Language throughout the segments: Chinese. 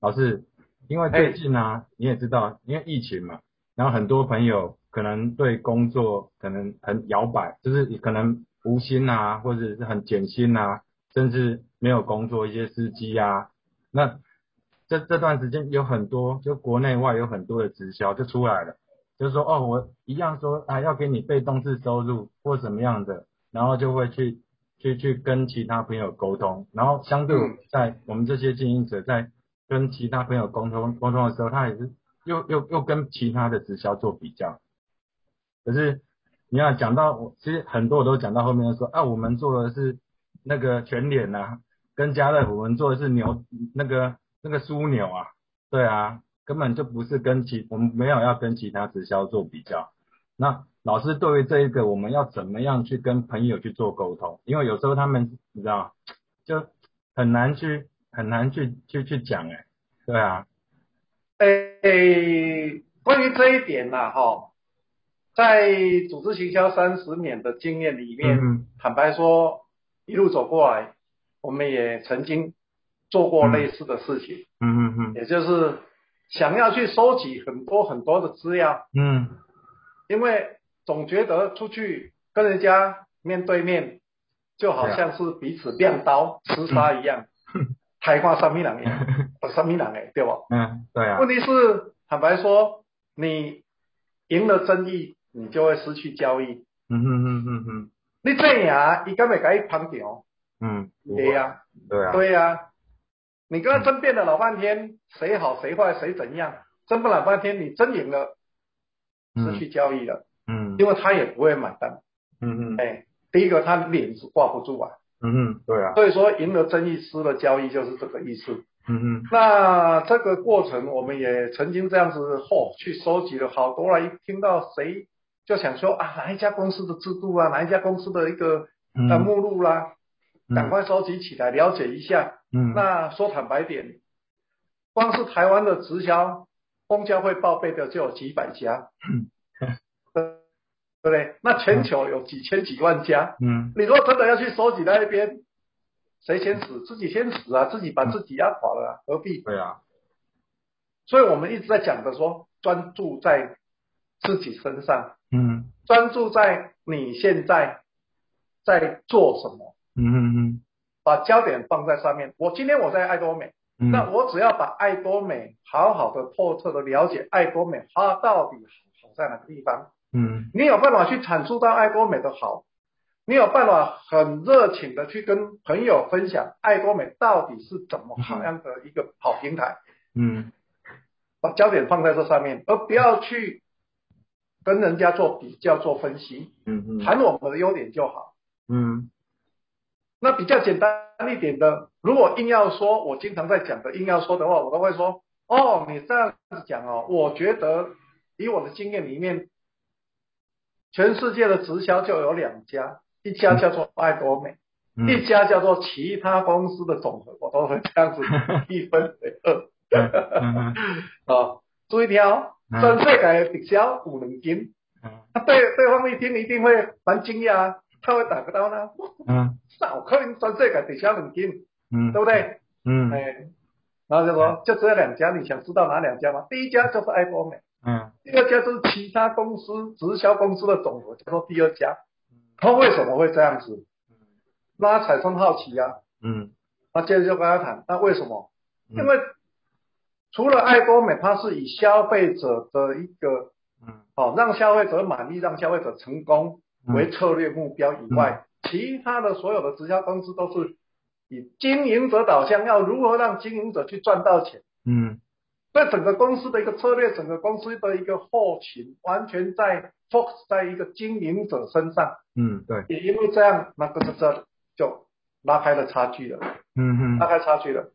老师，因为最近呢、啊，你也知道，因为疫情嘛，然后很多朋友可能对工作可能很摇摆，就是可能无薪啊，或者是很减薪啊，甚至没有工作，一些司机啊，那这这段时间有很多，就国内外有很多的直销就出来了，就是说哦，我一样说啊，要给你被动式收入或什么样的，然后就会去去去跟其他朋友沟通，然后相对嗯在我们这些经营者在跟其他朋友沟通沟通的时候，他也是又又又跟其他的直销做比较。可是你要讲到我，其实很多我都讲到后面就说啊，我们做的是那个全脸啊，跟家乐福我们做的是牛那个那个枢纽啊，对啊，根本就不是跟其我们没有要跟其他直销做比较。那老师对于这一个，我们要怎么样去跟朋友去做沟通？因为有时候他们你知道，就很难去很难去去去讲哎、对啊，诶、呃关于这一点呢、哈，在组织行销三十年的经验里面，嗯坦白说，一路走过来，我们也曾经做过类似的事情，嗯嗯嗯也就是想要去收集很多很多的资料，嗯因为总觉得出去跟人家面对面，就啊好像是彼此亮刀厮杀一样，台话三米人诶，呃三米人诶，对吧？嗯，对啊问，题是，坦白说，你赢了争议，你就会失去交易。嗯嗯嗯嗯嗯你这样，伊敢会甲伊捧场？嗯，不会对呀、对啊，对呀、你跟他争辩了老半天，谁好谁坏谁怎样，争辩了老半天，你真赢了，失嗯去交易了，嗯因为他也不会买单。嗯嗯哎，第一个他脸是挂不住啊，嗯嗯，对啊，所以说赢了争议，失了交易，就是这个意思。嗯嗯那这个过程，我们也曾经这样子哦，去收集了好多了。一听到谁就想说啊，哪一家公司的制度啊，哪一家公司的一个嗯，呃目录啦、嗯赶快收集起来了解一下。嗯那说坦白点，光是台湾的直销公交会报备的就有几百家，嗯对不对？那全球有几千几万家，嗯你如果真的要去收集那一边，谁先死自己先死啊，自己把自己压垮了啊、何必？对啊，所以我们一直在讲的说，专注在自己身上，嗯专注在你现在在做什么，嗯嗯把焦点放在上面。我今天我在爱多美，嗯，那我只要把爱多美好好的透彻的了解爱多美，它到底好在哪个地方，嗯你有办法去阐述到爱多美的好。你有办法很热情的去跟朋友分享爱多美到底是怎么好样的一个好平台，嗯把焦点放在这上面，而不要去跟人家做比较、做分析，嗯嗯谈我们的优点就好。嗯那比较简单一点的，如果硬要说，我经常在讲的，硬要说的话，我都会说，哦，你这样子讲哦，我觉得以我的经验里面，全世界的直销就有两家，一家叫做爱多美，嗯一家叫做其他公司的总和，我都会这样子 一分为二。嗯哦，注意听哦，嗯全世界的直销有两斤，嗯那啊对对方一听一定会蛮惊讶啊，他会打个刀呢，哇嗯哪有可能全世界直销两斤，嗯，对不对？嗯哎，然后就说就只有两家，你想知道哪两家吗？第一家就是爱多美，嗯第二家就是其他公司直销公司的总和，叫做第二家。他为什么会这样子？让他产生好奇啊，嗯那接着就跟他谈，那为什么？嗯因为除了爱多美，它是以消费者的一个嗯哦让消费者满意、让消费者成功嗯为策略目标以外，其他的所有的直销公司都是以经营者导向，要如何让经营者去赚到钱。嗯对整个公司的一个策略，整个公司的一个后勤，完全在 focus 在一个经营者身上，嗯，对，也因为这样，那个这就拉开了差距了。嗯大嗯概差距了。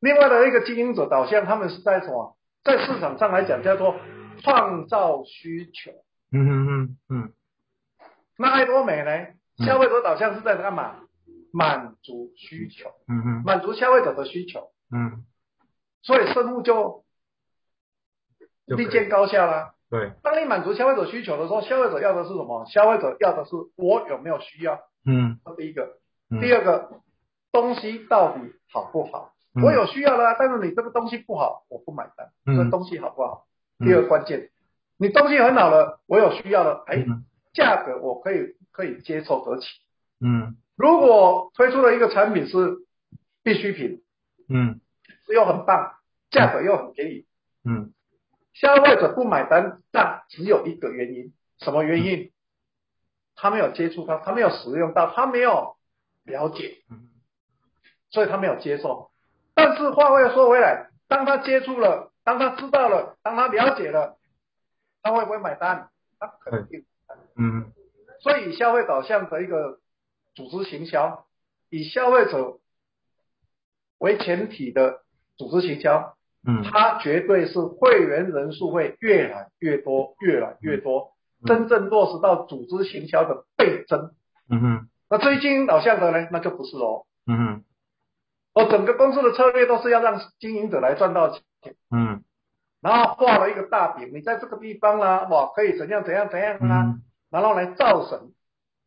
另外的一个经营者导向，他们是在什么？在市场上来讲叫做创造需求。嗯嗯嗯那爱多美呢？嗯消费者导向是在干嘛？满足需求，嗯满足消费者的需求，嗯所以生物就就可以立见高下啦。对，当你满足消费者需求的时候，消费者要的是什么？消费者要的是我有没有需要？嗯这第一个，嗯第二个，东西到底好不好？嗯嗯我有需要了，但是你这个东西不好，我不买单。嗯这东西好不好？嗯第二关键，你东西很好了，我有需要了，哎嗯，价格我可以可以接受得起。嗯如果推出了一个产品是必需品，嗯又很棒，价格又很便宜，嗯消费者不买单，那只有一个原因，什么原因？他没有接触到，他没有使用到，他没有了解，嗯所以他没有接受。但是话又说回来，当他接触了，当他知道了，当他了解了，他会不会买单？他肯定。嗯所以以消费导向的一个组织行销，以消费者为前提的组织行销，嗯它绝对是会员人数会越来越多，越来越多，嗯真正落实到组织行销的倍增。嗯哼那至于经营导向的呢，那就不是哦。嗯哼哦，整个公司的策略都是要让经营者来赚到钱，嗯然后画了一个大饼，你在这个地方啦、哇，可以怎样怎样怎样啦、嗯然后来造神，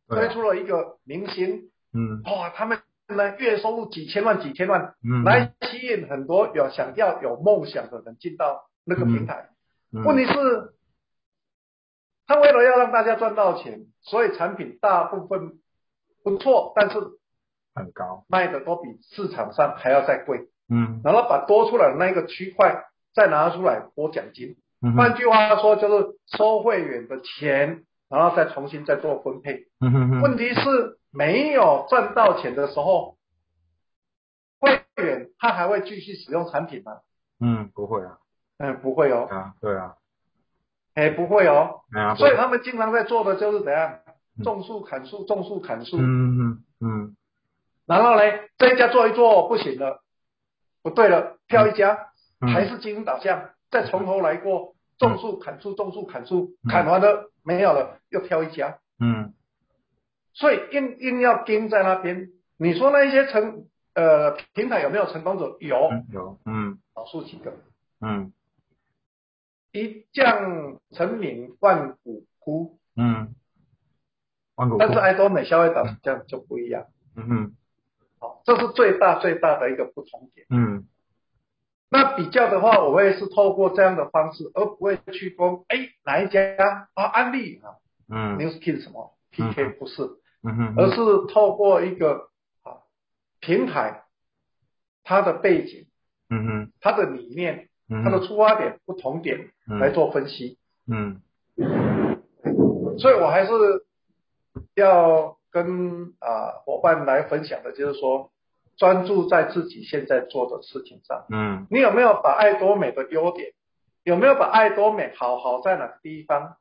对推啊出了一个明星，嗯哇，哦他们呢月收入几千万几千万，嗯来吸引很多有想要有梦想的人进到那个平台。嗯问题是，他为了要让大家赚到钱，所以产品大部分不错，但是很高卖的都比市场上还要再贵。嗯然后把多出来的那一个区块再拿出来拨奖金。嗯换哼句话说，就是收会员的钱，然后再重新再做分配。嗯哼问哼题是没有赚到钱的时候，会员他还会继续使用产品吗？嗯不会啊嗯，不会哦对，啊对啊哎，不会哦。没啊不所以会他们经常在做的就是怎样嗯，种树砍树，种树砍树，嗯嗯嗯然后呢，这一家做一做不行了，不对了，跳一家，嗯还是经营导向，再从头来过，种树砍树，种树砍树，嗯砍完了没有了，又挑一家，嗯所以硬硬要盯在那边。你说那一些成呃平台有没有成功者？有，嗯有嗯少数几个。嗯一将成名万古枯，嗯万古但是枯爱多美消费导向就不一样。嗯哼好，这是最大最大的一个不同点。嗯那比较的话，我会是透过这样的方式，而不会去攻哎哪一家啊安利啊嗯 New Skin 什么 PK 不是，嗯哼而是透过一个啊平台，它的背景、嗯哼它的理念、嗯它的出发点不同点嗯来做分析。嗯所以我还是要跟啊、伙伴来分享的，就是说专注在自己现在做的事情上。嗯你有没有把爱多美的优点，有没有把爱多美好好在哪个地方，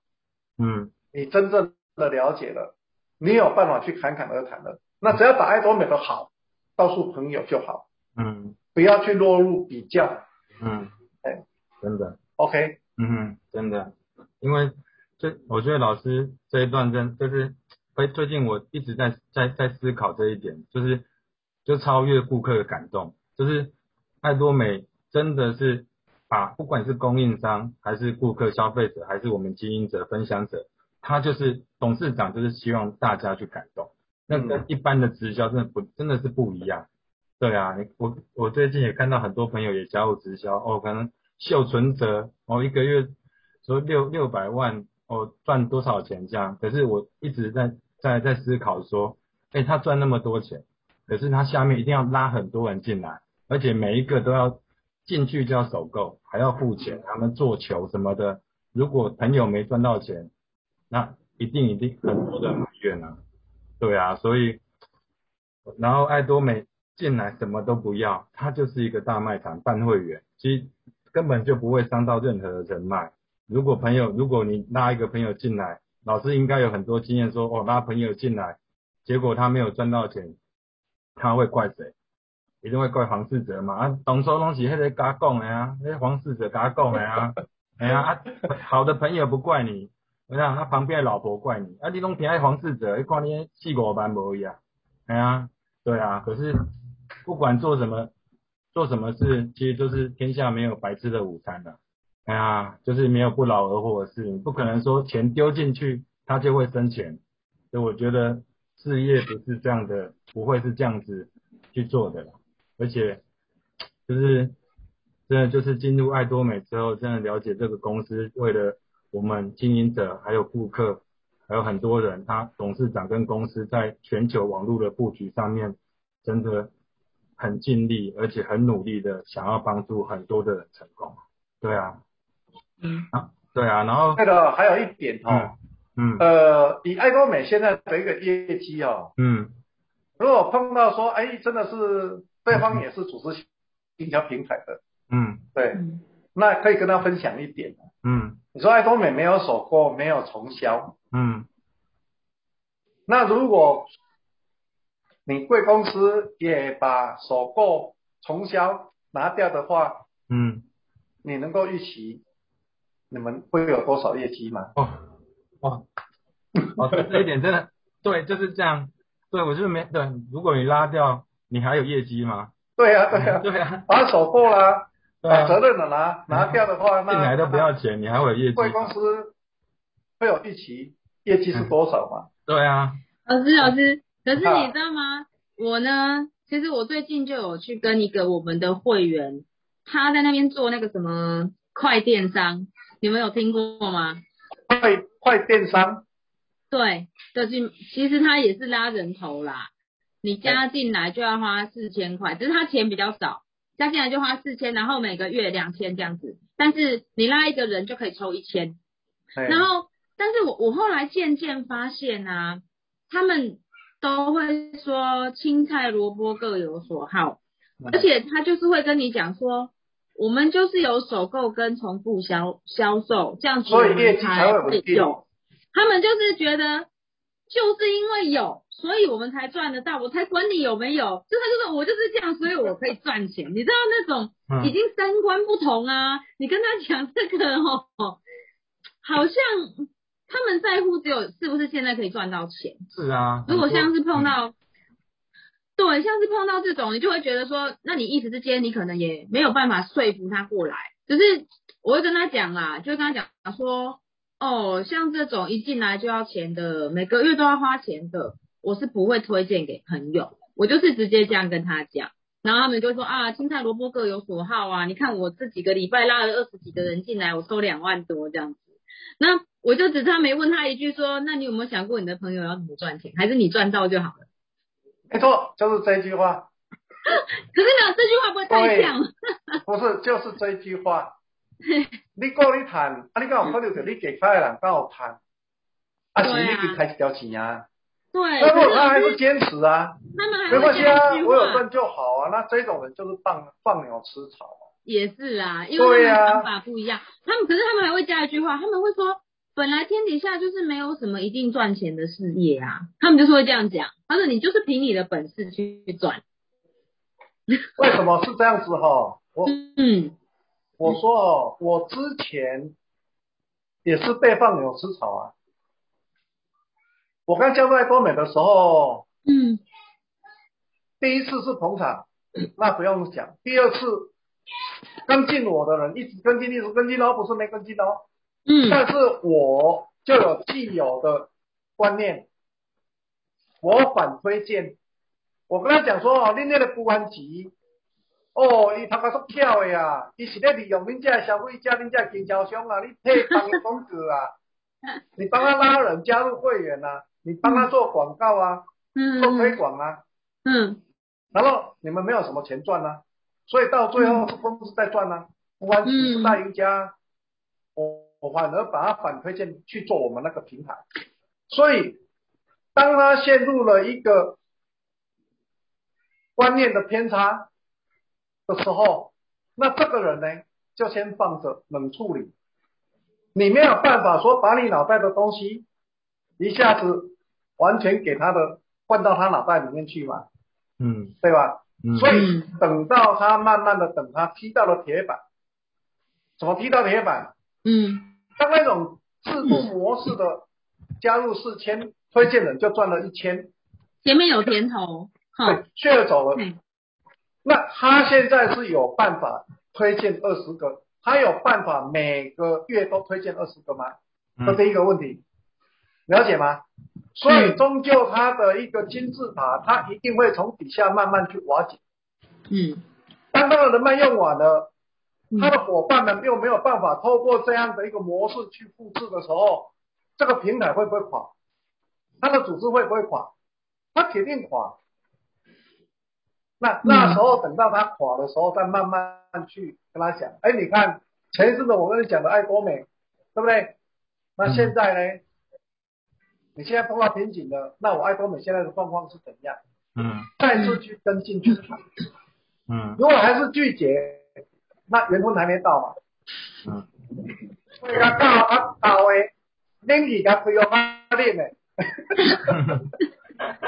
嗯你真正的了解了，你有办法去侃侃而谈了。那只要把爱多美的好告诉朋友就好，嗯不要去落入比较。嗯哎真的 OK，嗯哼，真的，因为这我觉得老师这一段真就是，哎，最近我一直在在在思考这一点，就是就超越顾客的感动，就是爱多美真的是把不管是供应商还是顾客消费者还是我们经营者分享者，他就是董事长就是希望大家去感动，那跟一般的直销真的不真的是不一样。对啊，你我我最近也看到很多朋友也加入直销哦，可能秀存折哦，一个月说六六百万哦，赚多少钱这样。可是我一直在在在思考说，哎，他赚那么多钱，可是他下面一定要拉很多人进来，而且每一个都要进去就要首购，还要付钱，他们做球什么的。如果朋友没赚到钱，那一定一定很多的埋怨啊。对啊，所以然后爱多美进来什么都不要，它就是一个大卖场办会员，其实根本就不会伤到任何人脉。如果朋友，如果你拉一个朋友进来，老师应该有很多经验说，哦，拉朋友进来，结果他没有赚到钱，他会怪谁？一定会怪黄世哲嘛？啊，懂收东西还得他讲的啊，那黄世哲他讲的啊，哎呀、啊，好的朋友不怪你，我想他旁边的老婆怪你，啊，你拢偏爱黄世哲，你看你四五万无伊啊，哎呀、对啊，可是不管做什么做什么事，其实就是天下没有白吃的午餐的、哎呀，就是没有不劳而获的事，你不可能说钱丢进去它就会生钱，所以我觉得事业不是这样的，不会是这样子去做的啦，而且就是真的就是进入爱多美之后，真的了解这个公司为了我们经营者还有顾客。还有很多人，他董事长跟公司在全球网络的布局上面真的很尽力，而且很努力的想要帮助很多的人成功。对啊，嗯，啊，对啊，然后那个还有一点哦，嗯嗯呃，以爱多美现在的一个业绩哦，嗯如果碰到说，哎，真的是对方也是组织营销平台的，嗯对，嗯那可以跟他分享一点。嗯你说爱多美没有首购，没有重销，嗯那如果你贵公司也把首购、重销拿掉的话，嗯，你能够预期你们会有多少业绩吗？哦哦哦，这这一点真的对，就是这样。对我就是没对，如果你拉掉，你还有业绩吗？对呀、对呀、 对 啊，把首购啦、对把责啊，任的啦、拿掉的话，那进来都不要钱，你还会有业绩贵公吗？司会有预期业绩是多少吗？对啊，老师老师，可是你知道吗？我呢，其实我最近就有去跟一个我们的会员，他在那边做那个什么快电商，你们有听过吗？快快电商对，就是其实他也是拉人头啦，你加进来就要花四千块，只是他钱比较少，加进来就花四千，然后每个月两千这样子，但是你拉一个人就可以抽一千，哎然后，但是我我后来渐渐发现啊，他们都会说青菜萝卜各有所好，嗯而且他就是会跟你讲说，我们就是有首购跟重复销销售这样子，所以业绩才会稳定有。他们就是觉得，就是因为有，所以我们才赚得到，我才管你有没有，就是他就是我就是这样，所以我可以赚钱，你知道那种。嗯已经三观不同啊！你跟他讲这个哦，好像他们在乎只有是不是现在可以赚到钱。是啊。如果很多像是嗯碰到，对，像是碰到这种，你就会觉得说，那你一时之间你可能也没有办法说服他过来。只是我会跟他讲啦，就会跟他讲说，哦，像这种一进来就要钱的，每个月都要花钱的，我是不会推荐给朋友，我就是直接这样跟他讲。然后他们就说啊，青菜萝卜各有所好啊！你看我这几个礼拜拉了二十几个人进来，我收两万多这样子。那我就只差没问他一句说，那你有没有想过你的朋友要怎么赚钱，还是你赚到就好了？没错，哎就是这句话，可是呢，这句话不会太像，不是就是这句 话。你过你谈，啊，你跟我交流着，你给开人跟我谈，啊，对啊是你已经开始交钱啊。对，那如可果是他还老是师坚持啊，他们还没会关系啊讲一，句我有话，赚就好啊。那这种人就是放放牛吃草啊。也是啊，因为对他啊们想法不一样。他们可是他们还会加一句话，他们会说，本来天底下就是没有什么一定赚钱的事业啊，他们就是会这样讲。他说你就是凭你的本事去赚，为什么是这样子哈？我嗯，我说哦，我之前也是被放牛吃草啊。我刚加入爱多美的时候，嗯第一次是捧场，那不用讲。第二次跟进我的人一直跟进，一直跟进哦，不是没跟进哦。嗯但是我就有既有的观念，我反推荐。我跟他讲说哦，恁那个不安局，哦，伊头壳足巧的啊，伊是咧利用恁这消费者、恁这经销商啊，你替帮伊广告 啊，你帮他拉人加入会员啊，你帮他做广告啊，做推嗯广啊，嗯，然后你们没有什么钱赚呢、啊所以到最后是公司在赚呢、不然不是大赢家啊、我我反而把它反推荐去做我们那个平台，所以当他陷入了一个观念的偏差的时候，那这个人呢就先放着冷处理，你没有办法说把你脑袋的东西一下子完全给他的灌到他脑袋里面去嘛，嗯对吧？嗯，所以等到他慢慢的等他踢到了铁板，怎么踢到铁板？嗯像那种自助模式的，加入四千，推荐人就赚了一千，前面有甜头，哈对，，血走了嗯。那他现在是有办法推荐二十个，他有办法每个月都推荐二十个吗？这嗯第一个问题，了解吗？所以终究他的一个金字塔，他一定会从底下慢慢去瓦解。嗯当当他的人脉用完了，他嗯的伙伴们又没有办法透过这样的一个模式去复制的时候，这个平台会不会垮？他的组织会不会垮？他铁定垮。那那时候等到他垮的时候，再慢慢去跟他讲。哎，你看前一阵子我跟你讲的爱多美，对不对？那现在呢？你现在碰到瓶颈了，那我爱多美现在的状况是怎样？嗯再次去跟进去谈。嗯如果还是拒绝，那缘分还没到嘛。 嗯，所以他到啊到诶，恁二甲开学发恁诶，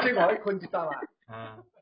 即我去困一觉啦。嗯，